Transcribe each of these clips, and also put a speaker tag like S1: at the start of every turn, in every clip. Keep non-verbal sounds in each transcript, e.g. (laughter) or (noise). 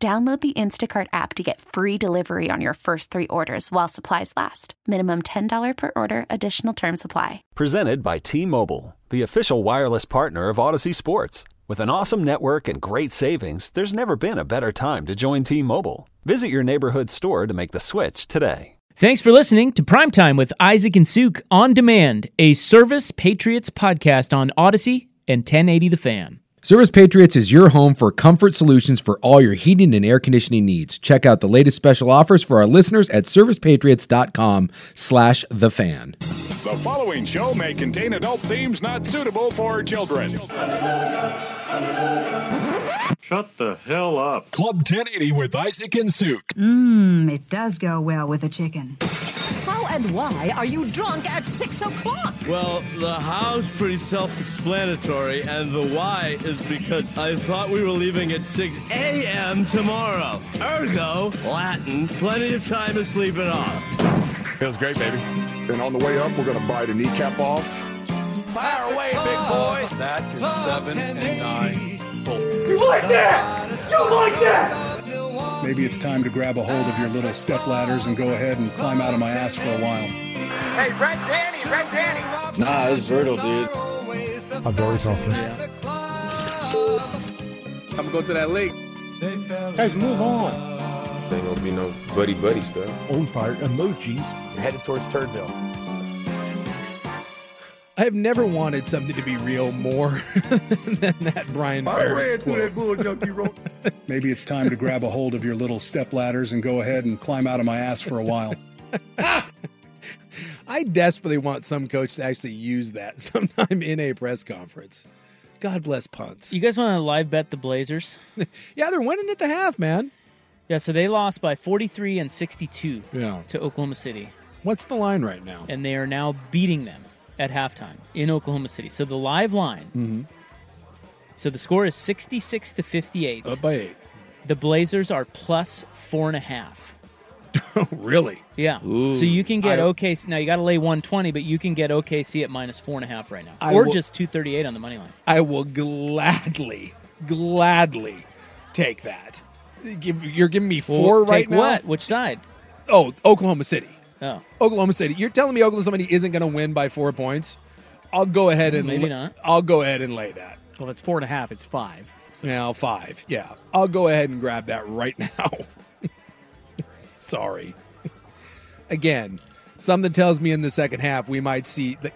S1: Download the Instacart app to get free delivery on your first three orders while supplies last. Minimum $10 per order, additional term supply.
S2: Presented by T Mobile, the official wireless partner of Odyssey Sports. With an awesome network and great savings, there's never been a better time to join T Mobile. Visit your neighborhood store to make the switch today.
S3: Thanks for listening to Primetime with Isaac and Suk on Demand, a Service Patriots podcast on Odyssey and 1080 The Fan.
S4: Service Patriots is your home for comfort solutions for all your heating and air conditioning needs. Check out the latest special offers for our listeners at servicepatriots.com slash the fan.
S5: The following show may contain adult themes not suitable for children.
S6: Shut the hell up.
S5: Club 1080 with Isaac and Suk.
S7: Mmm, it does go well with a chicken.
S8: How and why are you drunk at six o'clock?
S9: Well, the how's pretty self explanatory, and the why is because I thought we were leaving at 6 a.m. tomorrow. Ergo, Latin, plenty of time to sleep it off.
S10: Feels great, baby.
S11: And on the way up, we're going to bite a kneecap off.
S12: Fire away, big boy.
S13: That is seven and nine.
S14: You like that? You like that?
S15: Maybe it's time to grab a hold of your little step ladders and go ahead and climb out of my ass for a while.
S16: Hey, Red Danny, Red Danny.
S17: Nah, it's brutal, dude.
S18: I'm very thoughtful.
S19: Yeah. I'm gonna go to that lake.
S20: Guys, move on.
S6: Ain't gonna be no buddy buddy stuff.
S1: On fire emojis.
S4: Headed towards Turdville.
S14: I have never wanted something to be real more (laughs) than that Brian Ferentz quote.
S15: Maybe it's time to grab a hold of your little step ladders and go ahead and climb out of my ass for a while.
S14: I desperately want some coach to actually use that (laughs) sometime in a press conference. God bless punts.
S3: You guys want to live bet the Blazers?
S14: yeah, they're winning at the half, man.
S3: Yeah, so they lost by 43 and 62
S14: yeah.
S3: to Oklahoma City.
S14: What's the line right now?
S3: And they are now beating them at halftime in Oklahoma City. So the live line.
S14: Mm-hmm.
S3: So the score is 66 to 58.
S14: Up by eight.
S3: The Blazers are plus four and a half.
S14: really?
S3: Yeah. Ooh. So you can get I, OKC. Now you got to lay 120, but you can get OKC at minus four and a half right now, I or will, just 238 on the money line.
S14: I will gladly, gladly take that. You're giving me four well, right
S3: now. What? Which side?
S14: Oh, Oklahoma City.
S3: Oh.
S14: Oklahoma City. You're telling me Oklahoma City isn't going to win by four points? I'll go ahead and
S3: maybe not.
S14: I'll go ahead and lay that.
S8: Well, if it's four and a half, it's five.
S14: So. Now five. Yeah, I'll go ahead and grab that right (laughs) now. Sorry. Again, something tells me in the second half we might see. Like,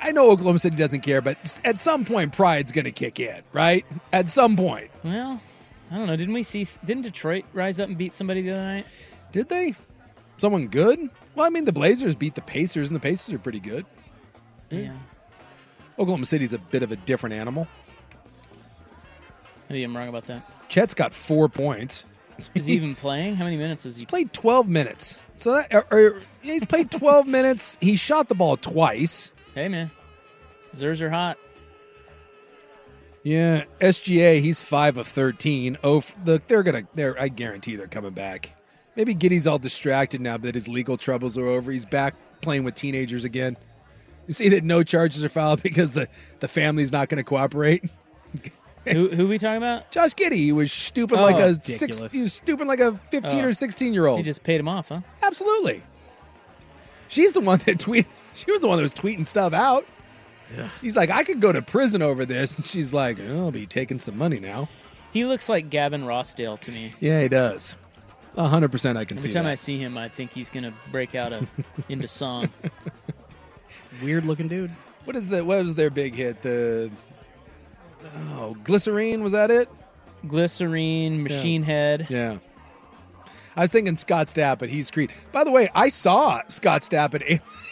S14: I know Oklahoma City doesn't care, but at some point pride's going to kick in, right? At some point.
S3: Well, I don't know. Didn't we see? Didn't Detroit rise up and beat somebody the other night?
S14: Did they? Someone good? Well, I mean, the Blazers beat the Pacers, and the Pacers are pretty good.
S3: Yeah.
S14: Oklahoma City's a bit of a different animal.
S3: Maybe I'm wrong about that.
S14: Chet's got four points.
S3: Is he even (laughs) playing? How many minutes is he?
S14: He's played 12 minutes. So that, or, or, he's played 12 (laughs) minutes. He shot the ball twice.
S3: Hey man, Zers are hot.
S14: Yeah, SGA. He's five of 13. Oh, look, they're gonna. They're. I guarantee they're coming back. Maybe Giddy's all distracted now that his legal troubles are over. He's back playing with teenagers again. You see that no charges are filed (laughs) because the, the family's not going to cooperate.
S3: who, who are we talking about?
S14: Josh Giddy. He was stupid oh, like a ridiculous. six. He was stupid like a fifteen oh, or sixteen year old.
S3: He just paid him off, huh?
S14: Absolutely. She's the one that tweeted. (laughs) She was the one that was tweeting stuff out. Yeah. He's like, I could go to prison over this, and she's like, oh, I'll be taking some money now.
S3: He looks like Gavin Rossdale to me.
S14: Yeah, he does. 100% I can
S3: Every
S14: see
S3: time
S14: that.
S3: I see him, I think he's going to break out of, into (laughs) song.
S8: Weird looking dude.
S14: What is the what was their big hit? The Oh, Glycerine was that it?
S3: Glycerine, Machine
S14: yeah.
S3: Head.
S14: Yeah. I was thinking Scott Stapp, but he's Creed. By the way, I saw Scott Stapp at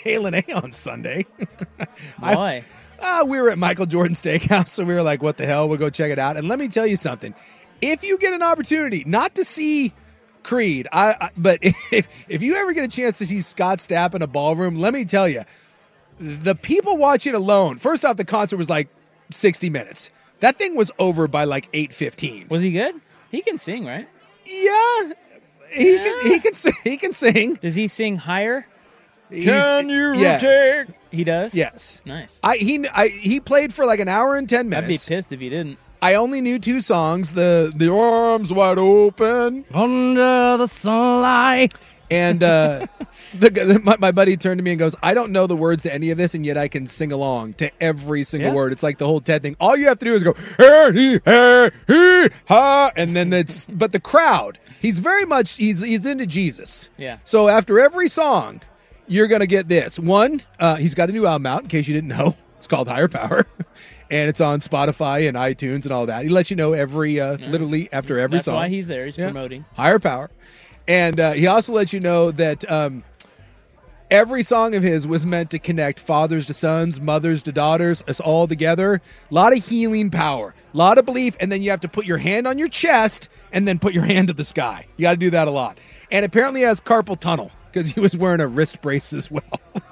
S14: Halen A-, (laughs) A on Sunday. (laughs)
S3: Why?
S14: I, uh, we were at Michael Jordan Steakhouse, so we were like, what the hell? We'll go check it out. And let me tell you something. If you get an opportunity not to see Creed. I, I but (laughs) if if you ever get a chance to see Scott Stapp in a ballroom, let me tell you, the people watching alone. First off, the concert was like sixty minutes. That thing was over by like eight fifteen.
S3: Was he good? He can sing, right?
S14: Yeah, he can. He can. sing- He can sing.
S3: Does he sing higher?
S14: He's-
S3: Can you
S14: yes.
S3: take? He does.
S14: Yes.
S3: Nice.
S14: I he I, he played for like an hour and ten
S3: I'd be
S14: minutes.
S3: pissed if he didn't.
S14: I only knew two songs: the the arms wide open under the sunlight, and uh, the, the my, my buddy turned to me and goes, "I don't know the words to any of this, and yet I can sing along to every single
S3: Yeah.
S14: word. It's like the whole Ted thing. All you have to do is go hey he hey he ha, and then it's but the crowd. He's very much he's he's into Jesus.
S3: Yeah.
S14: So after every song, you're gonna get this. One, uh, he's got a new album out. In case you didn't know, it's called Higher Power, (laughs) and it's on Spotify and iTunes and all that. He lets you know every, uh, literally after every
S3: That's
S14: song.
S3: why he's there. He's promoting.
S14: Higher Power, and uh, he also lets you know that um, every song of his was meant to connect fathers to sons, mothers to daughters, us all together. A lot of healing power, a lot of belief, and then you have to put your hand on your chest and then put your hand to the sky. You got to do that a lot. And apparently, he has carpal tunnel because he was wearing a wrist brace as well. (laughs)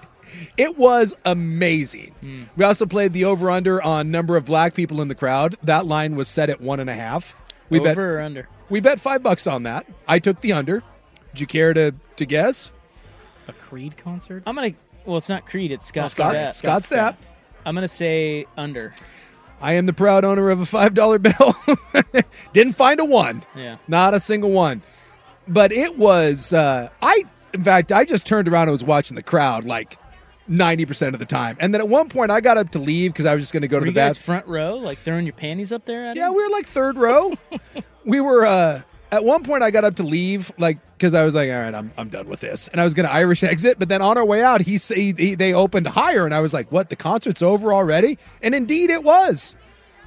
S14: It was amazing. We also played the over under on number of black people in the crowd. That line was set at one and a half. We bet
S3: Over or under?
S14: We bet five bucks on that. I took the under. Do you care to to guess?
S3: A Creed concert? I'm gonna. Well, it's not Creed. It's Scott.
S14: Scott-
S3: Stapp.
S14: Scott Stapp.
S3: I'm gonna say under.
S14: I am the proud owner of a five dollar (laughs) bill. Didn't find a one.
S3: Yeah.
S14: Not a single one. But it was uh I in fact I just turned around and was watching the crowd like 90% of the time. And then at one point I got up to leave because I was just gonna go
S3: Were
S14: to
S3: you
S14: the
S3: guys
S14: bathroom.
S3: front row, like throwing your panties up there? At
S14: Yeah, we were like third row. (laughs) we were uh at one point I got up to leave like cuz I was like all right, I'm I'm done with this. And I was going to Irish exit, but then on our way out he, sa- he he- they opened higher and I was like, "What? The concert's over already?" And indeed it was.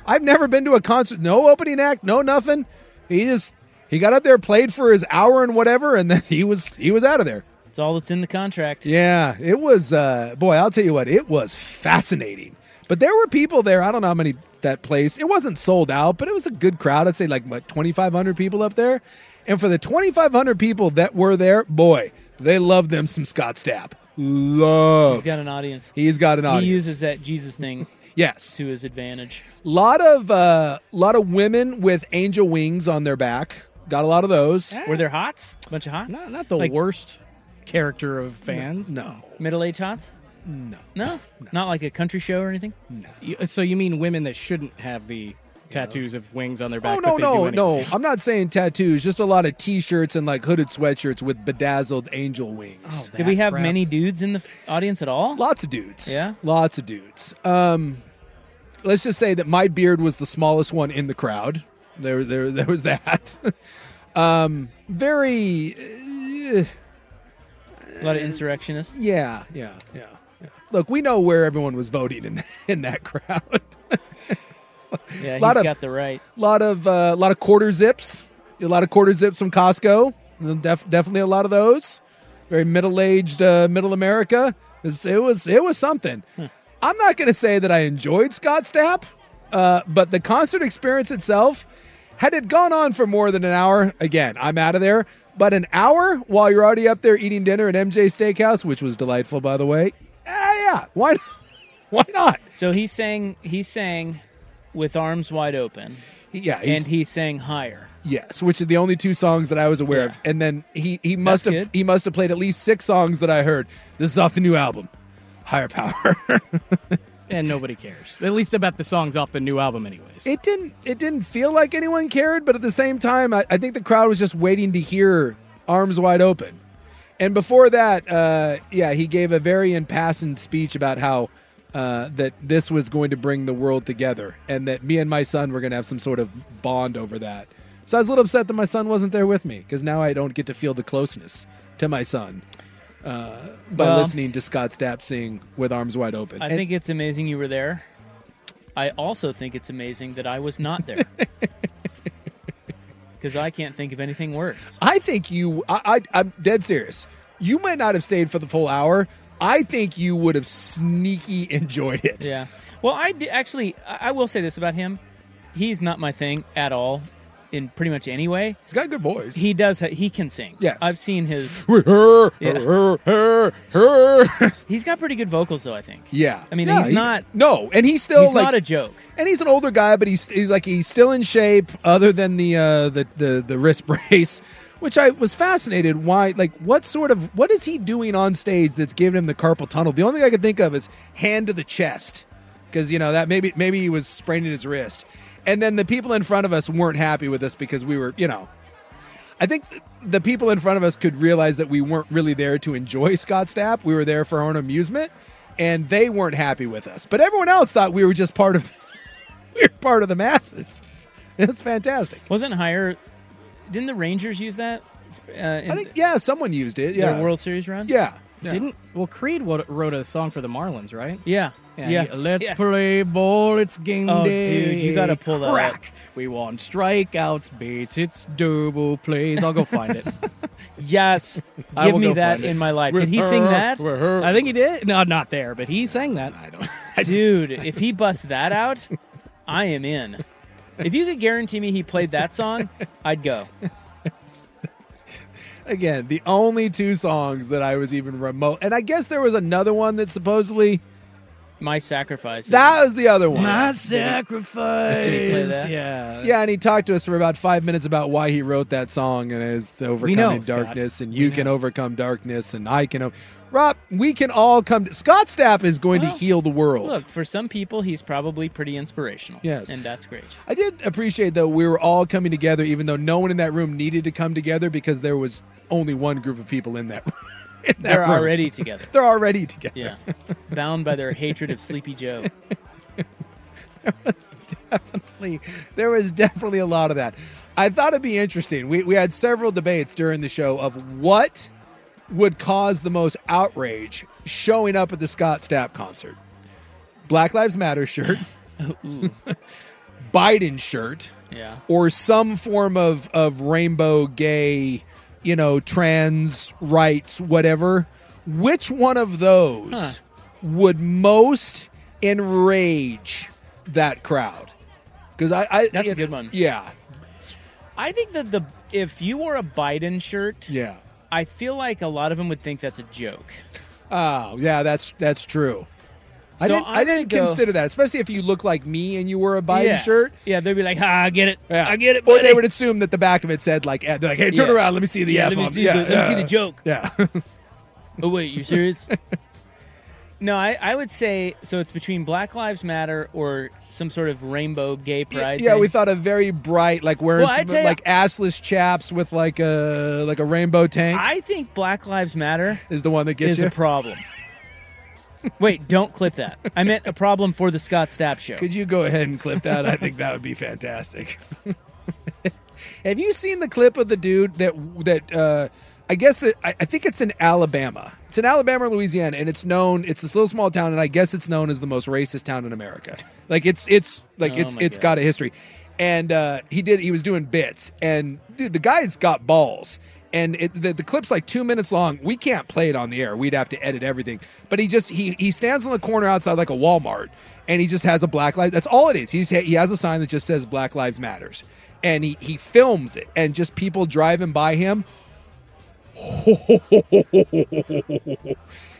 S14: I've never been to a concert, no opening act, no nothing. He just he got up there, played for his hour and whatever, and then he was he was out of there.
S3: It's all that's in the contract.
S14: Yeah, it was uh boy, I'll tell you what, it was fascinating. But there were people there, I don't know how many that place. It wasn't sold out, but it was a good crowd. I'd say like what 2500 people up there. And for the 2500 people that were there, boy, they loved them some Scott Stapp. Love.
S3: He's got an audience.
S14: He's got an audience.
S3: He uses that Jesus thing.
S14: yes.
S3: To his advantage.
S14: lot of uh lot of women with angel wings on their back. Got a lot of those.
S3: Were there hots? A bunch of hots?
S10: Not, not the
S3: Like-
S10: worst character of fans.
S14: No.
S3: Middle aged hots?
S14: No.
S3: No? Not like a country show or anything?
S10: You- So you mean women that shouldn't have the tattoos of wings on their back?
S14: Oh
S10: but
S14: no
S10: they
S14: no
S10: do
S14: no!
S10: anyway?
S14: I'm not saying tattoos. Just a lot of T-shirts and like hooded sweatshirts with bedazzled angel wings.
S3: Did we have many dudes in the f- audience at all?
S14: Lots of dudes.
S3: Yeah.
S14: Lots of dudes. Um, let's just say that my beard was the smallest one in the crowd. There there there was that. (laughs) um, very. eh,
S3: A lot of insurrectionists.
S10: (laughs)
S14: yeah yeah yeah. yeah. Look, we know where everyone was voting in (laughs) in that crowd.
S3: Yeah, he's
S14: Lot of-
S3: got the right.
S14: lot of uh, lot of quarter zips, a lot of quarter zips from Costco. Def- definitely a lot of those. Very middle-aged uh, middle America. It was it was, it was something.
S3: Hmm.
S14: I'm not going to say that I enjoyed Scott Stapp, uh, but the concert experience itself, had it gone on for more than an hour, again, I'm out of there. But an hour while you're already up there eating dinner at MJ Steakhouse, which was delightful, by the way. Yeah, yeah. Why, (laughs) why not?
S3: So he sang he sang with arms wide open.
S14: Yeah,
S3: and
S14: he's-
S3: he sang higher.
S14: Yes, which are the only two songs that I was aware of. And then he he must have he must have played at least six songs that I heard. This is off the new album, Higher Power. (laughs)
S10: and nobody cares. At least about the songs off the new album, anyways.
S14: it didn't it didn't feel like anyone cared, but at the same time, I, I think the crowd was just waiting to hear "Arms Wide Open." And before that, uh, yeah, he gave a very impassioned speech about how uh, that this was going to bring the world together, and that me and my son were going to have some sort of bond over that. So I was a little upset that my son wasn't there with me because now I don't get to feel the closeness to my son uh, by
S3: Well-
S14: listening to Scott Stapp sing with arms wide open.
S3: I
S14: And-
S3: think it's amazing you were there. I also think it's amazing that I was not
S10: (laughs)
S3: there. Because I can't think of anything worse.
S14: I think you. I, I I'm dead serious. You might not have stayed for the full hour. I think you would have sneaky enjoyed it.
S3: Yeah. Well, I d- actually, I I will say this about him. He's not my thing at all. in pretty much any way.
S14: He's got a good voice. (laughs)
S3: He does. ha- He can sing.
S14: Yes.
S3: I've seen his.
S14: her, her, her, her.
S3: He's got pretty good vocals, though. I think.
S14: (laughs) Yeah.
S3: I mean,
S14: Yeah,
S3: he's
S14: he-
S3: not.
S14: No, and he's still
S3: he's
S14: like
S3: not a joke.
S14: and he's an older guy, but he's, he's like he's still in shape, other than the uh, the the the wrist (laughs) brace, which I was fascinated. Why, like, what sort of what is he doing on stage that's giving him the carpal tunnel? The only thing I could think of is hand to the chest, because you know that maybe maybe he was spraining his wrist, and then the people in front of us weren't happy with us because we were you know. I think th- the people in front of us could realize that we weren't really there to enjoy Scott Stapp. We were there for our own amusement, and they weren't happy with us. But everyone else thought we were just part of we're part of the masses. It's fantastic.
S3: Wasn't higher. Didn't the Rangers use that? Uh, in
S14: I think yeah, someone used it. Yeah,
S3: their World Series run.
S14: yeah, yeah.
S10: Didn't Mm, well Creed wo- wrote a song for the Marlins, right?
S3: Yeah. Yeah.
S10: he- uh, Let's
S3: Yeah.
S10: play ball. It's game
S3: Oh,
S10: day.
S3: dude, you gotta pull that up.
S10: Crack. We want strikeouts, beats. It's double plays. I'll go find
S3: (laughs)
S10: it.
S3: Yes.
S10: (laughs) I
S3: Give
S10: will
S3: me
S10: go
S3: that
S10: find it.
S3: in my life. Did he sing that?
S10: I think he did. No, not there, but he sang that.
S14: I don't.
S3: Dude, if
S10: (laughs)
S3: he busts that out, I am in. If you could guarantee me he played that song, I'd go.
S14: Again, the only two songs that I was even remote, and I guess there was another one that supposedly
S3: My sacrifice.
S14: that was the other one.
S10: My
S3: Did he play
S10: sacrifice.
S3: that?
S10: Yeah.
S14: yeah, and he talked to us for about five minutes about why he wrote that song and it's overcoming
S10: know, Scott.
S14: darkness, and you can overcome darkness, and I can. O- Rob, we can all come. To- Scott Stapp is going
S3: Well,
S14: to heal the world.
S3: Look, for some people, he's probably pretty inspirational.
S14: Yes.
S3: And that's great.
S14: I did appreciate though we were all coming together, even though no one in that room needed to come together because there was only one group of people in that. In that
S3: They're
S14: room. (laughs)
S3: already together.
S14: They're already together.
S3: Yeah. Bound by their hatred of Sleepy Joe.
S14: Definitely, there was definitely a lot of that. I thought it'd be interesting. We we had several debates during the show of what would cause the most outrage showing up at the Scott Stapp concert. Black Lives Matter shirt,
S3: (laughs) Ooh.
S14: (laughs) Biden shirt.
S3: Yeah.
S14: or some form of of rainbow gay you know trans rights whatever which one of those would most enrage that crowd because i, I
S3: That's a
S14: it-
S3: good one.
S14: yeah
S3: I think that the if you wore a Biden shirt,
S14: yeah
S3: I feel like a lot of them would think that's a joke.
S14: oh yeah that's that's true i
S3: So
S14: didn't i
S3: I'm
S14: didn't
S3: gonna go-
S14: consider that especially if you look like me and you wore a biden
S3: yeah.
S14: shirt
S3: Yeah, they'd be like, ah, I get it.
S14: Yeah.
S3: I get it.
S14: or they
S3: buddy."
S14: would assume that the back of it said like eh, they're like hey turn
S3: Yeah.
S14: around let me see the
S3: Yeah,
S14: F
S3: let me
S14: on-
S3: see
S14: yeah,
S3: the- let me see
S14: yeah.
S3: the joke.
S14: (laughs) yeah
S3: Oh wait,
S14: (laughs)
S3: you serious? no, I, I would say so. It's between Black Lives Matter or some sort of rainbow gay pride.
S14: Yeah,
S3: thing.
S14: we thought a very bright, like wearing
S3: Well, I
S14: some,
S3: tell ya-
S14: like assless chaps with like a like a rainbow tank
S3: I think Black Lives Matter
S14: is the one that gets
S3: is
S14: you.
S3: a problem. wait, don't clip that. I meant a problem for the Scott Stapp show.
S14: Could you go ahead and clip that? I think that would be fantastic. Have you seen the clip of the dude that that uh, I guess it, I, I think it's in Alabama. It's in Alabama or Louisiana, and it's known. It's this little small town, and I guess it's known as the most racist town in America. Like it's it's like
S3: Oh
S14: it's
S3: my
S14: it's
S3: God.
S14: got a history. And uh, he did. He was doing bits, and dude, the guy's got balls. And it, the, the clip's like two minutes long. We can't play it on the air. We'd have to edit everything. But he just he he stands on the corner outside like a Walmart, and he just has a black light. That's all it is. He's he has a sign that just says Black Lives Matters, and he he films it, and just people driving by him. (laughs) it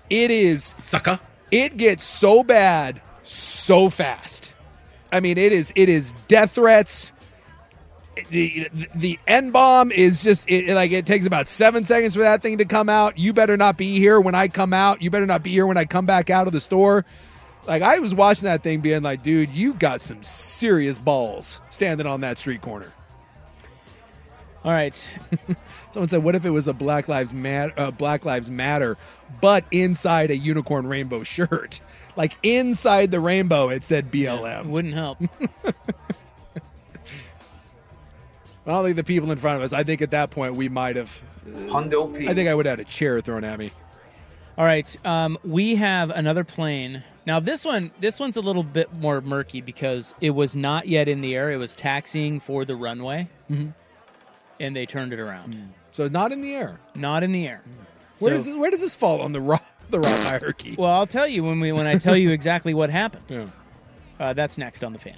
S14: is
S17: Sucker.
S14: it gets so bad so fast. I mean, it is it is death threats. The the N bomb is just it, it- like it takes about seven seconds for that thing to come out. You better not be here when I come out. You better not be here when I come back out of the store. Like I was watching that thing, being like, dude, you got some serious balls standing on that street corner.
S3: All right,
S14: Someone said, what if it was a Black Lives Matter, uh, Black Lives Matter, but inside a unicorn rainbow shirt, like inside the rainbow, it said BLM.
S3: wouldn't help.
S14: I don't think the people in front of us. I think at that point we might have. uh,
S17: Hundo P.
S14: I think I would have had a chair thrown at me.
S3: All right, um, we have another plane. Now this one, this one's a little bit more murky because it was not yet in the air. It was taxiing for the runway,
S14: Mhm.
S3: and they turned it around.
S14: So not in the air.
S3: Not in the air.
S14: Where
S3: So-
S14: does this, where does this fall on the rock the
S3: (laughs)
S14: rock hierarchy?
S3: Well, I'll tell you when we when I tell you exactly what happened.
S14: (laughs) Yeah.
S3: Uh, that's next on the fan.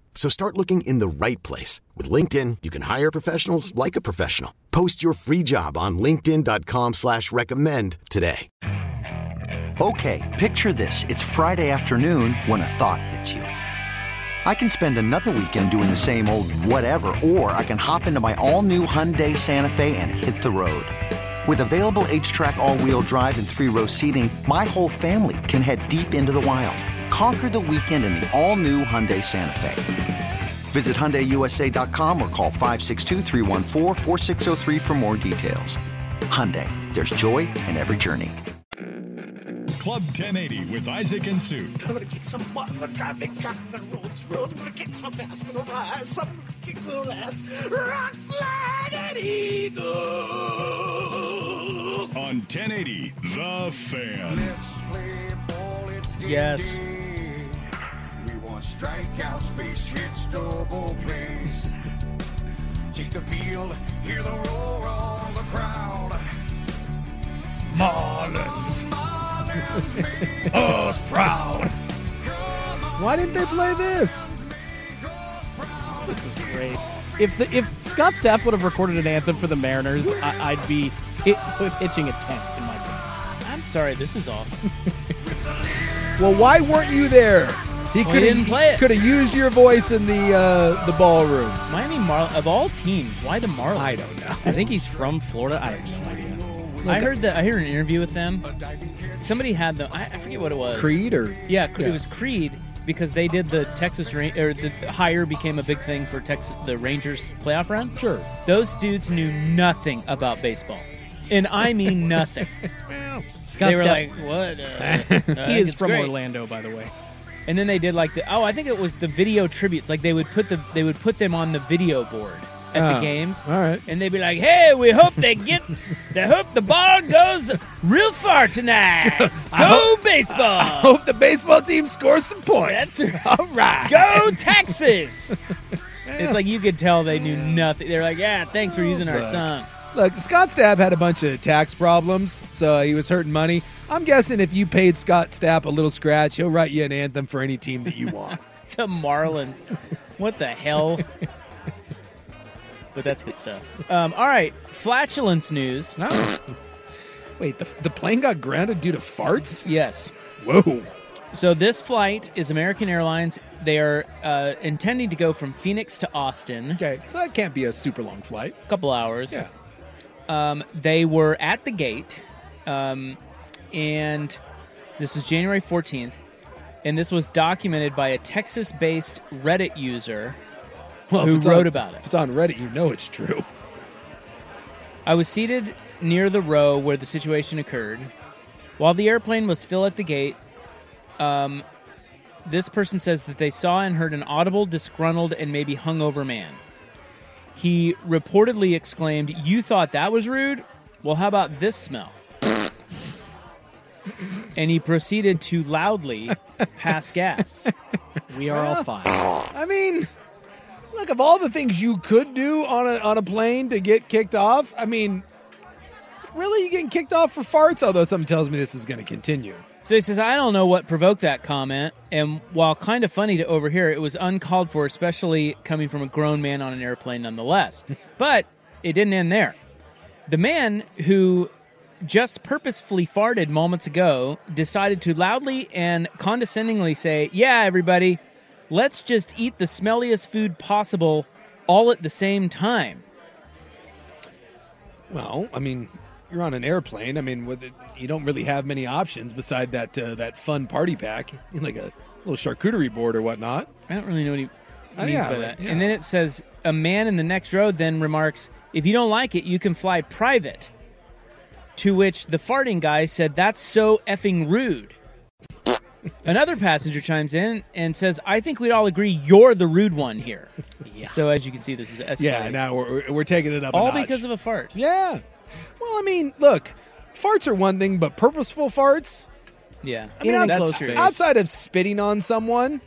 S17: So start looking in the right place. With LinkedIn, you can hire professionals like a professional. Post your free job on linkedin.com slash recommend today.
S19: Okay, picture this. It's Friday afternoon when a thought hits you. I can spend another weekend doing the same old whatever, or I can hop into my all-new Hyundai Santa Fe and hit the road. With available H-Track all-wheel drive and three-row seating, my whole family can head deep into the wild. Conquer the weekend in the all-new Hyundai Santa Fe. Visit HyundaiUSA.com or call 562-314-4603 for more details. Hyundai, there's joy in every journey.
S5: Club 1080 with Isaac and Sue.
S21: I'm gonna get some water, I'm gonna drive big truck on the roads, road. I'm gonna get some ass, I'm gonna lie, some kick little ass. Rock, flag, and eagle.
S5: On 1080, The Fan.
S3: Let's play ball, it's yes.
S21: We want strikeouts, base hits, double plays. Take the field, hear the roar of the crowd.
S14: Marlins.
S21: Us proud.
S14: Why didn't they play this?
S10: This is great. If the, if Scott Stapp would have recorded an anthem for the Mariners, I, I'd be hit, hitching a tent in my bed.
S3: I'm sorry, this is awesome.
S14: Well, why weren't you there? He
S3: Well,
S14: could
S3: he didn't play it.
S14: have could have used your voice in the uh, the ballroom.
S3: Miami Marl of all teams, why the Marlins?
S14: I don't know.
S3: I think he's from Florida. I have no
S10: (laughs)
S3: idea. I heard that I heard an interview with them. Somebody had them. I, I forget what it was.
S14: Creed or
S3: Yeah, Cre- it was Creed because they did the Texas Ra- or the hire became a big thing for Texas the Rangers playoff run.
S14: Sure.
S3: Those dudes knew nothing about baseball, and I
S14: (laughs)
S3: mean nothing.
S10: Scott
S3: they were
S10: Stapp-
S3: like, "What?" uh, uh,
S10: he is
S3: it's
S10: from
S3: great."
S10: Orlando, by the way.
S3: And then they did like the oh, I think it was the video tributes. Like they would put the they would put them on the video board at
S14: Oh,
S3: the games.
S14: all right.
S3: And they'd be like, "Hey, we hope they
S14: (laughs)
S3: get, they hope the ball goes real
S14: (laughs)
S3: far tonight. Go baseball.
S14: Hope the baseball team scores some points.
S3: That's-
S14: (laughs) all right.
S3: Go Texas." it's like you could tell they knew nothing. They're like, "Yeah, thanks for using our
S14: Oh, Fuck.
S3: song."
S14: Look, Scott Stapp had a bunch of tax problems, so he was hurting money. I'm guessing if you paid Scott Stapp a little scratch, he'll write you an anthem for any team that you (laughs) want.
S3: The Marlins. What
S14: (laughs)
S3: the hell? but that's good stuff. Um, all right, flatulence news.
S14: Wait, the, the plane got grounded due to farts?
S3: Yes.
S14: Whoa.
S3: So this flight is American Airlines. They are uh, intending to go from Phoenix to Austin,
S14: Okay, so that can't be a super long flight.
S3: a couple hours.
S14: Yeah.
S3: Um, they were at the gate, um, and this is January 14th, and this was documented by a Texas-based Reddit user
S14: Well, if
S3: who
S14: it's on-
S3: wrote about
S14: If
S3: it.
S14: it's on Reddit, you know it's true.
S3: I was seated near the row where the situation occurred. While the airplane was still at the gate, um, this person says that they saw and heard an audible, disgruntled, and maybe hungover man. He reportedly exclaimed, You thought that was rude? Well, how about this smell? and he proceeded to loudly pass gas. We are all fine.
S14: I mean, look, of all the things you could do on a, on a plane to get kicked off, I mean, really, you getting kicked off for farts? Although something tells me this is going to continue.
S3: So he says, I don't know what provoked that comment, and while kind of funny to overhear, it was uncalled for, especially coming from a grown man on an airplane nonetheless. but it didn't end there. The man who just purposefully farted moments ago decided to loudly and condescendingly say, Yeah, everybody, let's just eat the smelliest food possible all at the same time.
S14: Well, I mean, you're on an airplane. I mean, with it, you don't really have many options beside that uh, that fun party pack, (laughs) like a little charcuterie board or whatnot.
S3: I don't really know what he
S14: Oh,
S3: means
S14: yeah,
S3: by
S14: but-
S3: that.
S14: yeah.
S3: And then it says a man in the next row then remarks, "If you don't like it, you can fly private." To which the farting guy said, "That's so effing rude." (laughs) Another passenger chimes in and says, "I think we'd all agree you're the rude one (laughs) here." So as you can see, this is escalating.
S14: Yeah, now we're, we're taking it up.
S3: all
S14: a notch.
S3: because of a fart.
S14: Yeah. Well, I mean, look, farts are one thing, but purposeful farts.
S3: Yeah,
S14: I mean, outs- outside, of spitting on someone,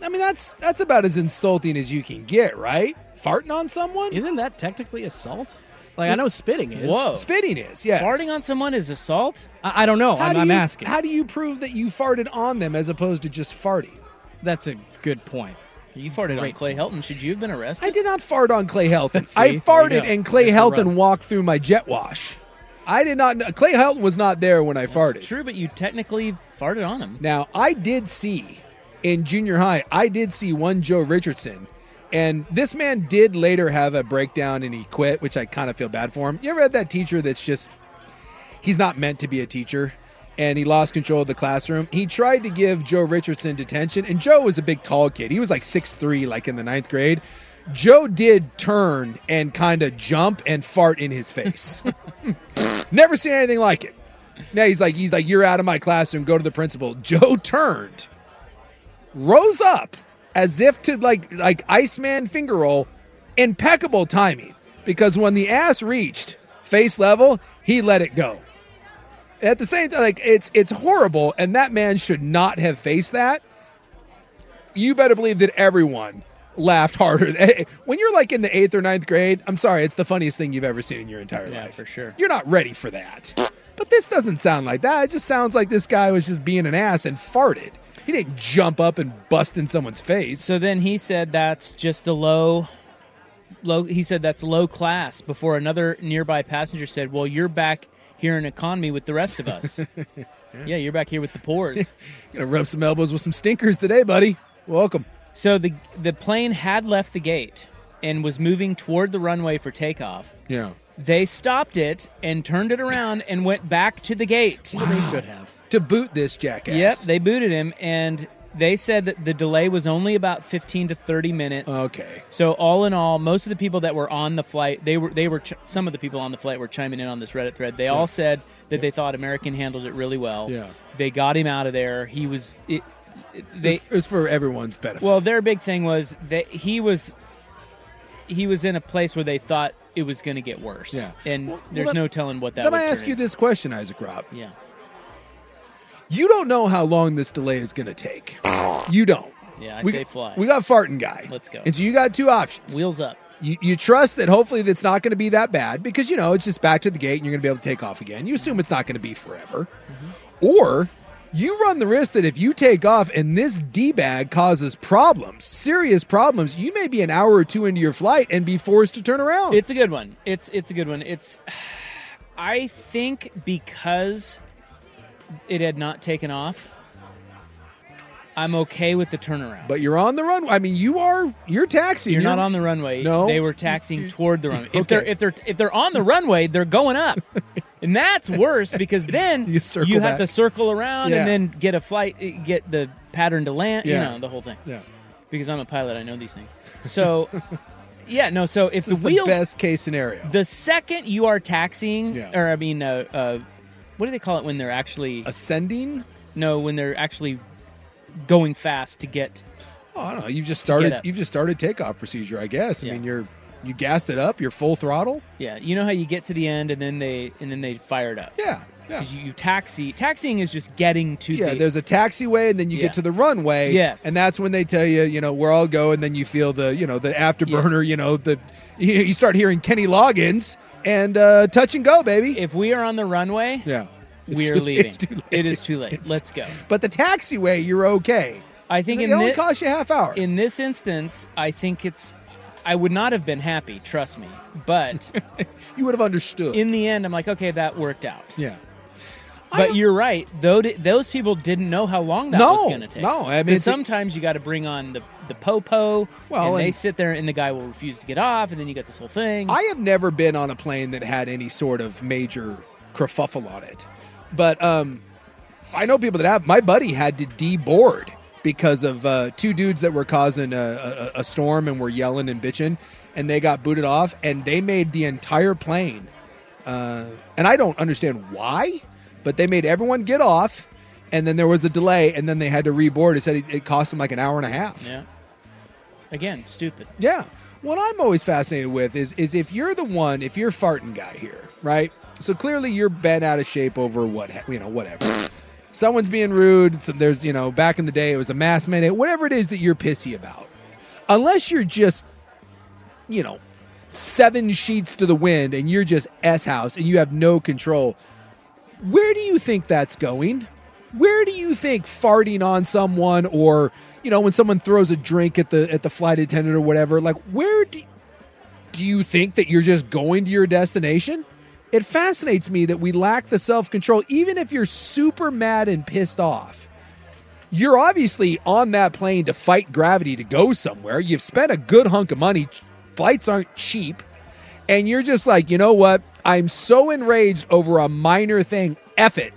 S14: I mean that's that's about as insulting as you can get, right? Farting on someone
S10: isn't that technically assault? Like I know spitting is.
S3: Whoa,
S14: spitting is yes.
S3: Farting on someone is assault.
S10: I, I don't know.
S14: How
S10: I'm,
S14: do
S10: I'm
S14: you-
S10: asking.
S14: How do you prove that you farted on them as opposed to just farting?
S10: That's a good point.
S3: You farted on Clay Helton. Should you have been arrested?
S14: I did not fart on Clay Helton.
S3: (laughs) See? There
S14: I
S3: you
S14: farted
S3: go.
S14: and Clay
S3: There's the
S14: Helton
S3: rub.
S14: walked through my jet wash. I did not know. Clay Helton was not there when I farted.
S3: True, but you technically farted on him.
S14: Now, I did see in junior high, I did see one Joe Richardson, and this man did later have a breakdown and he quit, which I kind of feel bad for him. You ever had that teacher that's just, he's not meant to be a teacher? And he lost control of the classroom. He tried to give Joe Richardson detention, and Joe was a big, tall kid. He was like 6'3, like in the ninth grade. Joe did turn and kind of jump and fart in his face. (laughs) Never seen anything like it. Now he's like, he's like, you're out of my classroom. Go to the principal. (laughs) Joe turned, rose up as if to like like Iceman finger roll, impeccable timing. Because when the ass reached face level, he let it go. At the same time, like it's it's horrible, and that man should not have faced that. You better believe that everyone laughed harder. (laughs) When you're like in the eighth or ninth grade, I'm sorry, it's the funniest thing you've ever seen in your entire
S3: Yeah,
S14: life.
S3: for sure.
S14: You're not ready for that. But this doesn't sound like that. It just sounds like this guy was just being an ass and farted. He didn't jump up and bust in someone's face.
S3: So then he said that's just a low low he said that's low class before another nearby passenger said, "Well, you're back here in economy with the rest of us." yeah. you're back here with the poors.
S14: Gonna rub some elbows with some stinkers today, buddy. Welcome.
S3: So the the plane had left the gate and was moving toward the runway for takeoff.
S14: Yeah.
S3: They stopped it and turned it around and went back to the gate.
S10: They should have.
S14: To boot this jackass.
S3: Yep, they booted him, and they said that the delay was only about fifteen to thirty minutes.
S14: Okay.
S3: So all in all, most of the people that were on the flight, they were they were ch- some of the people on the flight were chiming in on this Reddit thread. They all said that they thought American handled it really well.
S14: Yeah.
S3: They got him out of there. He was it, it- they
S14: it, was, it was for everyone's benefit.
S3: well, their big thing was that he was he was in a place where they thought it was going to get worse.
S14: Yeah.
S3: And
S14: Well,
S3: there's
S14: let-
S3: no telling what that
S14: Then
S3: would
S14: I ask
S3: turn
S14: you this question, Isaac Rob.
S3: into. Yeah.
S14: You don't know how long this delay is gonna take. You don't.
S3: Ah. Yeah, I
S14: we,
S3: say fly.
S14: We got farting guy.
S3: Let's go.
S14: And so you got two options.
S3: Wheels up.
S14: you, you trust that hopefully that's not going to be that bad because you know it's just back to the gate and you're going to be able to take off again. You assume it's not going to be forever,
S3: Mm-hmm.
S14: or you run the risk that if you take off and this d bag causes problems, serious problems, you may be an hour or two into your flight and be forced to turn around.
S3: (laughs) It's a good one. It's it's a good one. It's (sighs) I think because it had not taken off, I'm okay with the turnaround.
S14: but you're on the runway. I mean, you are you're taxiing.
S3: You're not on the runway.
S14: No.
S3: They were taxiing toward the runway. If they're if they're if they're on the runway, they're
S14: (laughs)
S3: going up. And that's worse because then
S14: You circle
S3: have
S14: back.
S3: to circle around
S14: Yeah.
S3: and then get a flight eh, get the pattern to land,
S14: Yeah.
S3: you know, the whole thing.
S14: Yeah.
S3: Because I'm a pilot, I know these things. So (laughs) yeah, no, so if
S14: This is
S3: the wheels
S14: the best case scenario.
S3: the second you are taxiing,
S14: Yeah.
S3: or I mean, uh, uh, what do they call it when they're actually
S14: Ascending.
S3: no, when they're actually going fast to get.
S14: Oh, I don't know. You've just
S3: To get
S14: started.
S3: up.
S14: You've just started takeoff procedure. I guess. I mean, you're you gassed it up. You're full throttle.
S3: Yeah, you know how you get to the end and then they and then they fire it up.
S14: Yeah. Yeah.
S3: 'Cause You, you taxi. Taxiing is just getting to
S14: Yeah,
S3: the.
S14: there's a taxiway, and then you
S3: Yeah.
S14: get to the runway.
S3: Yes.
S14: and that's when they tell you, you know, where I'll go, and then you feel the, you know, the afterburner. You know, the you, you start hearing Kenny Loggins and uh, touch and go, baby.
S3: if we are on the runway,
S14: yeah, It's
S3: we're
S14: too-
S3: leaving.
S14: it's too late.
S3: It is too late. Let's go.
S14: But the taxiway, you're okay.
S3: I think
S14: it
S3: in
S14: only
S3: thi-
S14: costs you a half hour.
S3: in this instance, I think it's. I would not have been happy, trust me. But
S14: (laughs) you would have understood.
S3: in the end, I'm like, okay, that worked out.
S14: yeah,
S3: But you're right. Though those people didn't know how long that
S14: No,
S3: was going to take.
S14: no, I mean,
S3: 'Cause
S14: it's a-
S3: sometimes you got to bring on the the popo,
S14: Well,
S3: and, they
S14: and-
S3: sit there, and the guy will refuse to get off, and then you got this whole thing.
S14: I have never been on a plane that had any sort of major kerfuffle on it, but um, I know people that have. My buddy had to deboard because of uh, two dudes that were causing a, a, a storm and were yelling and bitching, and they got booted off, and they made the entire plane. Uh, and I don't understand why, but they made everyone get off, and then there was a delay, and then they had to reboard. It said it, it cost them like an hour and a half.
S3: yeah. Again, stupid.
S14: Yeah. What I'm always fascinated with is is if you're the one, if you're farting guy here, right? So clearly you're bent out of shape over what ha- you know, whatever. Someone's being rude. So there's you know, back in the day it was a mass mandate. Whatever it is that you're pissy about, unless you're just, you know, seven sheets to the wind and you're just s house and you have no control. Where do you think that's going? Where do you think farting on someone or you know when someone throws a drink at the at the flight attendant or whatever like where do, do you think that you're just going to your destination? It fascinates me that we lack the self-control even if you're super mad and pissed off. You're obviously on that plane to fight gravity to go somewhere. You've spent a good hunk of money. Flights aren't cheap and you're just like, you know what? I'm so enraged over a minor thing. F it.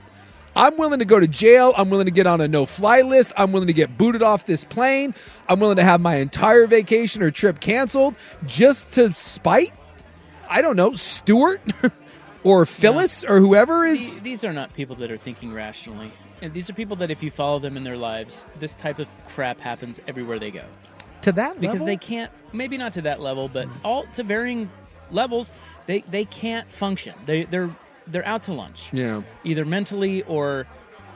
S14: I'm willing to go to jail. I'm willing to get on a no fly list. I'm willing to get booted off this plane. I'm willing to have my entire vacation or trip canceled just to spite, I don't know, Stuart (laughs) or Phyllis or whoever is.
S3: The- These are not people that are thinking rationally. And these are people that, if you follow them in their lives, this type of crap happens everywhere they go.
S14: To that
S3: because
S14: level?
S3: they can't. Maybe not to that level, but all to varying levels, they they can't function. They they're they're out to lunch.
S14: Yeah.
S3: either mentally or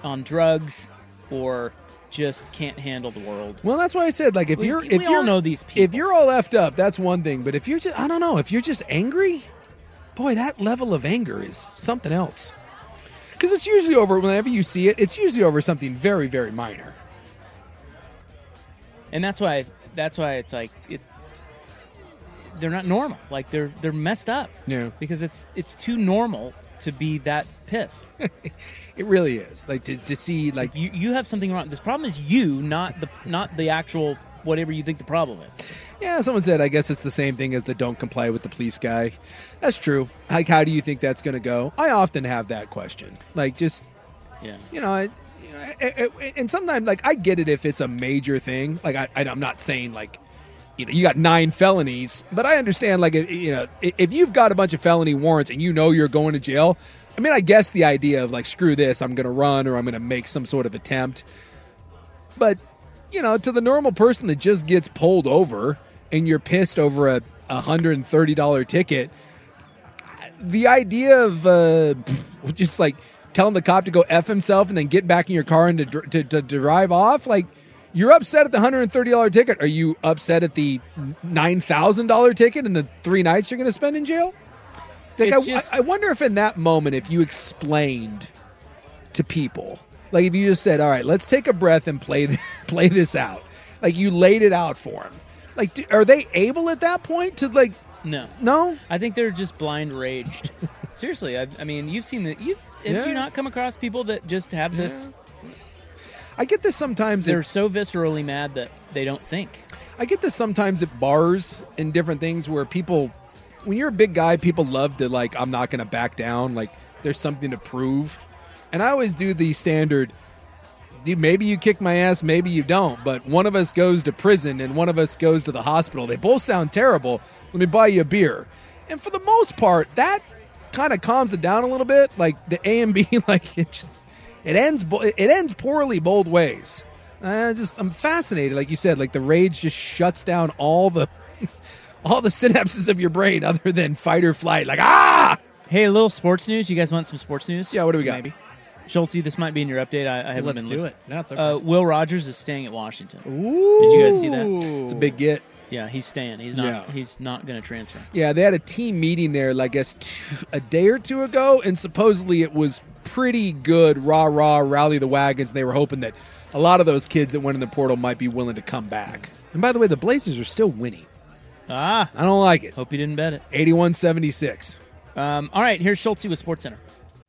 S3: on drugs or just can't handle the world.
S14: Well, that's why I said like if
S3: We-
S14: you're
S3: we
S14: if
S3: all
S14: you
S3: know these people.
S14: if you're all effed up, that's one thing. But if you're just I don't know if you're just angry, boy, that level of anger is something else. Because it's usually over whenever you see it. It's usually over something very very minor.
S3: And that's why that's why it's like it, they're not normal. Like they're they're messed up.
S14: Yeah.
S3: Because it's it's too normal to be that pissed.
S14: it really is. Like to, to see like
S3: you you have something wrong. This problem is you, not the not the actual whatever you think the problem is.
S14: Yeah, someone said I guess it's the same thing as the don't comply with the police guy. That's true. Like how do you think that's going to go? I often have that question. Like just
S3: Yeah.
S14: you know, it, you know it, it- and sometimes like I get it if it's a major thing. Like I, I, am not saying like, you know, you got nine felonies, but I understand like if- you know i- if you've got a bunch of felony warrants and you know you're going to jail. I mean, I guess the idea of like screw this, I'm going to run or I'm going to make some sort of attempt. But you know, to the normal person that just gets pulled over and you're pissed over a $130 ticket, the idea of uh, (laughs) just like telling the cop to go f himself and then getting back in your car and to, dr- to, to drive off like you're upset at the $130 ticket are you upset at the $9000 ticket and the three nights you're going to spend in jail like I,
S3: It's just-
S14: I wonder if in that moment if you explained to people like if you just said all right let's take a breath and play th- (laughs) play this out like you laid it out for them like do, are they able at that point to like
S3: No.
S14: no
S3: I think they're just blind
S14: (laughs)
S3: raged. Seriously, I, I mean, you've seen the you have
S14: Yeah.
S3: you not come across people that just have this
S14: i get this sometimes
S3: they're
S14: if-
S3: so viscerally mad that they don't think.
S14: I get this sometimes at bars and different things where people, when you're a big guy, people love to like, I'm not going to back down. Like, there's something to prove. And I always do the standard, dude, maybe you kick my ass, maybe you don't, but one of us goes to prison and one of us goes to the hospital. They both sound terrible. Let me buy you a beer. And for the most part, that kind of calms it down a little bit. Like the A and B, (laughs) like it just it ends bo- it ends poorly both ways. I just I'm fascinated, like you said, like the rage just shuts down all the (laughs) all the synapses of your brain other than fight or flight. Like ah,
S3: Hey, a little sports news. You guys want some sports news? Yeah,
S14: what do we got?
S3: Maybe. Schultze, this might be in your update. I, I haven't
S10: Let's do
S3: been looking.
S10: it. No, it's okay.
S3: Uh, Will Rogers is staying at Washington. Did you guys see that?
S14: It's a big get.
S3: Yeah, he's staying. He's not.
S14: Yeah.
S3: He's not going to transfer.
S14: Yeah, they had a team meeting there, like, I guess, two, a day or two ago, and supposedly it was pretty good. Rah rah, rally the wagons. And they were hoping that a lot of those kids that went in the portal might be willing to come back. And by the way, the Blazers are still winning.
S3: Ah,
S14: I don't like it.
S3: Hope you didn't bet it.
S14: 81 76.
S3: Um, all right, here's Schultze with Sports Center.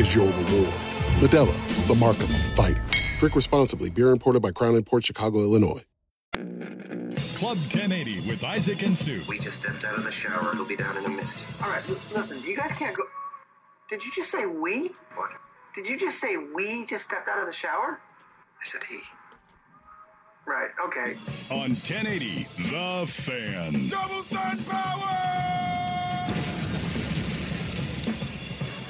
S22: is your reward. Medella, the mark of a fighter. Drink responsibly. Beer imported by Crown Port Chicago, Illinois.
S5: Club 1080 with Isaac and Sue.
S23: We just stepped out of the shower. He'll be down in a minute.
S24: All right, l- listen, you guys can't go. Did you just say we?
S23: What?
S24: Did you just say we just stepped out of the shower?
S23: I said he.
S24: Right, okay.
S5: On 1080, The Fan.
S25: Double sun power!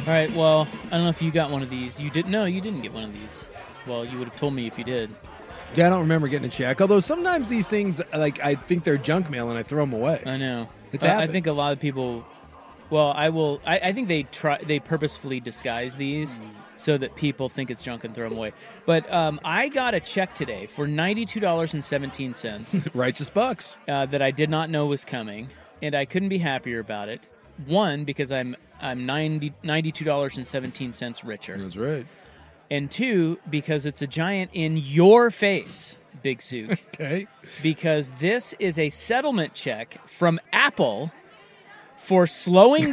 S3: All right, well, I don't know if you got one of these. You didn't? No, you didn't get one of these. Well, you would have told me if you did.
S14: Yeah, I don't remember getting a check. Although sometimes these things, like I think they're junk mail and I throw them away.
S3: I know.
S14: It's
S3: I, I
S14: happened.
S3: think a lot of people. Well, I will. I, I think they try. They purposefully disguise these
S14: Mm.
S3: so that people think it's junk and throw them away. But um, I got a check today for ninety two dollars and
S14: (laughs)
S3: seventeen cents.
S14: Righteous bucks.
S3: Uh, that I did not know was coming, and I couldn't be happier about it. One because I'm I'm 90, 92 dollars and seventeen cents richer.
S14: That's right.
S3: And two, because it's a giant in your face, Big Sook.
S14: Okay.
S3: Because this is a settlement check from Apple for slowing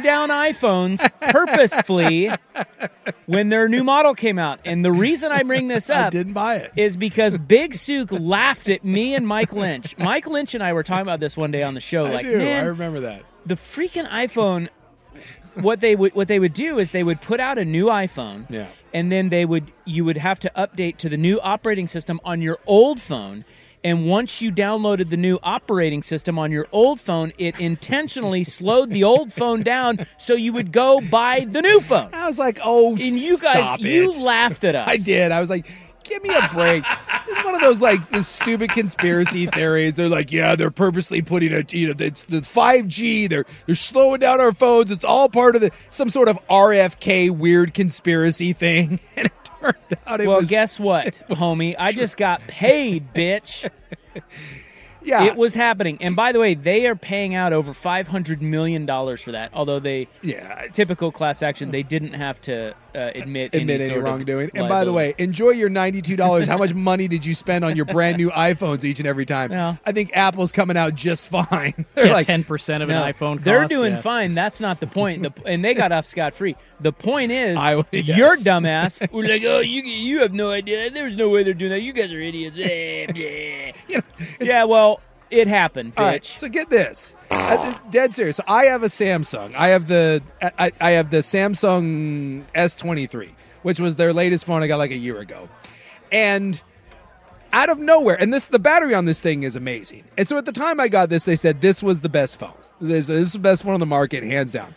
S14: (laughs)
S3: down iPhones purposefully when their new model came out. And the reason I bring
S14: (laughs)
S3: this
S14: I
S3: up
S14: didn't buy it.
S3: is because Big Sook laughed at me and Mike Lynch. Mike Lynch and I were talking about this one day on the show.
S14: I
S3: like,
S14: do.
S3: man,
S14: I remember that.
S3: the freaking iPhone. What they would what they would do is they would put out a new iPhone,
S14: Yeah.
S3: and then they would you would have to update to the new operating system on your old phone. And once you downloaded the new operating system on your old phone, it intentionally slowed the old phone down so you would go buy the new phone.
S14: I was like, oh,
S3: And you guys,
S14: stop
S3: you
S14: it.
S3: laughed at us.
S14: (laughs) I did. I was like, give me a break. It's one of those like the stupid conspiracy theories. They're like, yeah, they're purposely putting a you know it's the five G. They're they're slowing down our phones. It's all part of the some sort of RFK weird conspiracy thing. (laughs) And it turned out (laughs) it
S3: well,
S14: was
S3: guess what, homie? I just got paid, bitch.
S14: yeah.
S3: It was happening. And by the way, they are paying out over $500 million for that, although they,
S14: yeah, it's-
S3: typical class action, they didn't have to uh,
S14: admit
S3: admit, any,
S14: any
S3: sort of
S14: wrongdoing. And by the way, enjoy your ninety-two dollars. How much money did you spend on your brand new iPhones each and every time?
S3: Yeah.
S14: I think Apple's coming out just fine. (laughs) They're
S10: Yeah,
S14: like,
S10: ten percent of
S3: No,
S10: an iPhone.
S3: They're
S10: cost,
S3: doing
S10: yeah.
S3: fine. That's not the point.
S14: (laughs)
S3: The, and they got off scot free. The point is,
S14: I- yes.
S3: your
S14: (laughs)
S3: dumbass were like, oh, you you have no idea. There's no way they're doing that. You guys are idiots. (laughs) Eh, bleh. yeah, well, it happened, bitch.
S14: All right, so get this, Uh, dead serious. So I have a Samsung. I have the I, I have the Samsung S twenty three, which was their latest phone I got like a year ago, and out of nowhere, and this the battery on this thing is amazing. And so at the time I got this, they said this was the best phone. This, this is the best one on the market, hands down.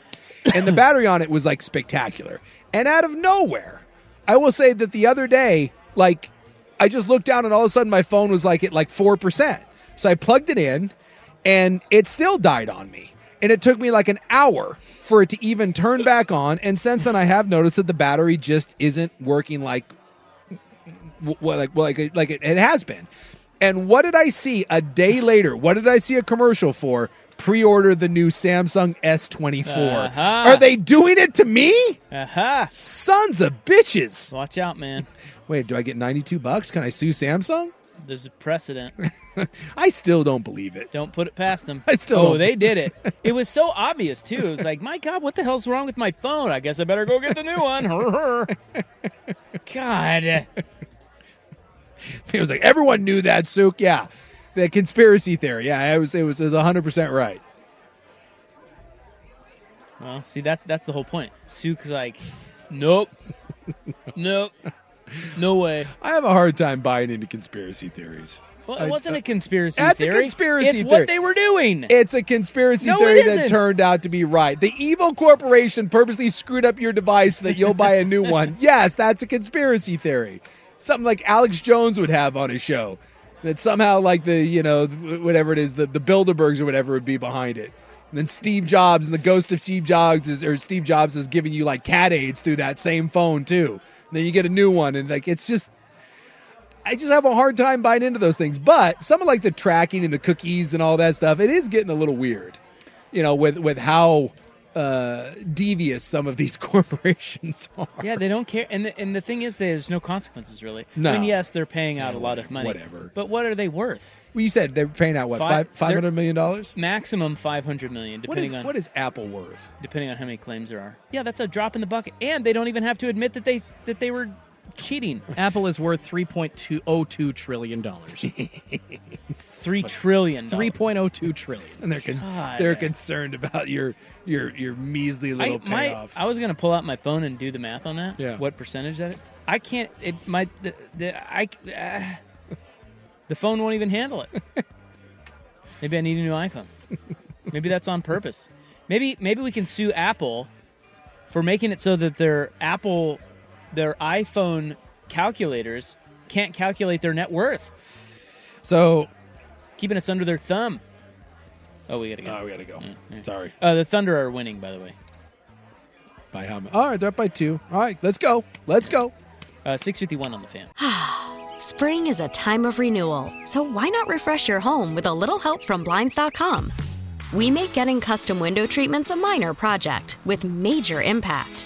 S14: And the battery on it was like spectacular. And out of nowhere, I will say that the other day, like I just looked down and all of a sudden my phone was like at like 4%. So I plugged it in and it still died on me. And it took me like an hour for it to even turn back on. And since then, I have noticed that the battery just isn't working like w- w- like well, like like it, it has been. And what did I see a day later? What did I see a commercial for? Pre-order the new Samsung S24.
S3: Uh-huh.
S14: Are they doing it to me?
S3: Aha.
S14: Sons of bitches.
S3: Uh-huh. Watch out, man.
S14: Wait, do I get 92 bucks? Can I sue Samsung?
S3: There's a precedent.
S14: I still don't believe it. (laughs)
S3: Don't put it past them.
S14: I still
S3: Oh,
S14: don't-
S3: they
S14: (laughs)
S3: did it. It was so obvious too. It was like, my God, what the hell's wrong with my phone? I guess I better go get the new one.
S14: (laughs)
S3: God.
S14: It was like everyone knew that, Sook. Yeah, the conspiracy theory. Yeah, it was it was it was 100 percent right.
S3: Well, see, that's that's the whole point. Sook's like, nope, nope, no way.
S14: I have a hard time buying into conspiracy theories.
S3: Well,
S14: I-
S3: it wasn't a conspiracy
S14: That's
S3: theory.
S14: a conspiracy
S3: It's
S14: theory.
S3: what they were doing.
S14: It's a conspiracy
S3: No, it
S14: theory that
S3: isn't.
S14: turned out to be right. The evil corporation purposely screwed up your device so that you'll buy a new
S3: (laughs)
S14: one. Yes, that's a conspiracy theory. Something like Alex Jones would have on his show. That somehow, like the, you know, th- whatever it is, the, the Bilderbergs or whatever would be behind it. And then Steve Jobs and the ghost of Steve Jobs is, or Steve Jobs is giving you like cat aids through that same phone too. And then you get a new one and like, it's just, I just have a hard time buying into those things. But some of like the tracking and the cookies and all that stuff, it is getting a little weird, you know, with with how uh, devious some of these (laughs) corporations are.
S3: Yeah, they don't care. And the, and the thing is, there's no consequences really.
S14: No.
S3: I mean, yes, they're paying out a lot of money.
S14: whatever.
S3: But what are they worth?
S14: Well, you said they're paying out what
S3: Fi-
S14: five five hundred million dollars.
S3: Maximum five hundred million,
S14: What
S3: depending
S14: is
S3: on
S14: what is Apple worth?
S3: depending on how many claims there are. Yeah, that's a drop in the bucket. And they don't even have to admit that they s- that they were cheating.
S10: Apple is worth three point two oh two trillion
S3: (laughs)
S10: dollars.
S3: Three trillion.
S10: Three point oh two trillion.
S14: And they're con-
S3: God.
S14: they're concerned about your your your measly
S3: I,
S14: little
S3: my,
S14: payoff.
S3: I was gonna pull out my phone and do the math on that.
S14: Yeah.
S3: What percentage that? It, I can't. It my the, the I uh, the phone won't even handle it. (laughs) Maybe I need a new iPhone. Maybe that's on purpose. Maybe maybe we can sue Apple for making it so that their Apple their iPhone calculators can't calculate their net worth,
S14: so
S3: keeping us under their thumb. Oh, we gotta go.
S14: Oh, we gotta go. Sorry.
S3: Uh, the Thunder are winning, by the way.
S14: By how much? All right, they're up by two. All right, let's go. Let's go.
S3: Uh, Six fifty one on the fan.
S7: Spring is a time of renewal, so why not refresh your home with a little help from Blinds.com? We make getting custom window treatments a minor project with major impact.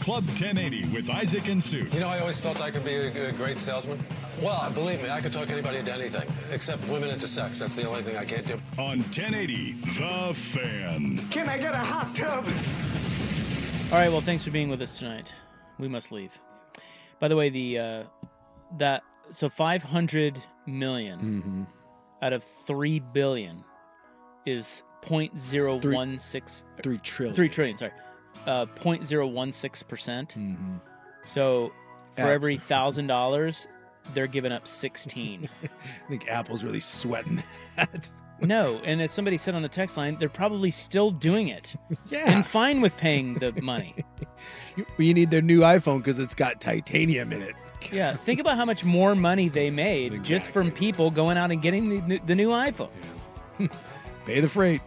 S5: Club 1080 with Isaac and Sue.
S11: You know, I always felt I could be a, a great salesman. Well, believe me, I could talk anybody into anything, except women into sex. That's the only thing I can't do.
S5: On 1080, The Fan.
S11: Can I get a hot tub?
S3: All right. Well, thanks for being with us tonight. We must leave. By the way, the uh, that so five hundred
S14: Mm-hmm.
S3: out of three billion is point zero one six
S14: Three trillion.
S3: three trillion. Sorry, uh, point zero one six percent.
S14: Mhm.
S3: So for
S14: Yeah.
S3: every thousand dollars, they're giving
S14: (laughs)
S3: up sixteen.
S14: I think Apple's really sweating (laughs) that.
S3: no, and as somebody said on the text line, they're probably still doing it.
S14: Yeah.
S3: and fine with paying the money.
S14: You, you need their new iPhone because it's got titanium in it.
S3: Yeah, think about how much more money they made just from people going out and getting the, the new iPhone.
S14: Pay the freight.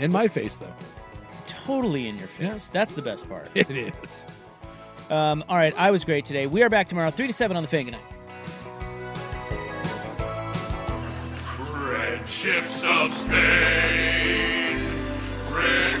S14: In my face, though. (laughs)
S3: Totally in your face. That's the best part.
S14: It is.
S3: Um, all right, I was great today. We are back tomorrow, 3 to 7 on the fan. Good night.
S12: Red ships of Spain. Red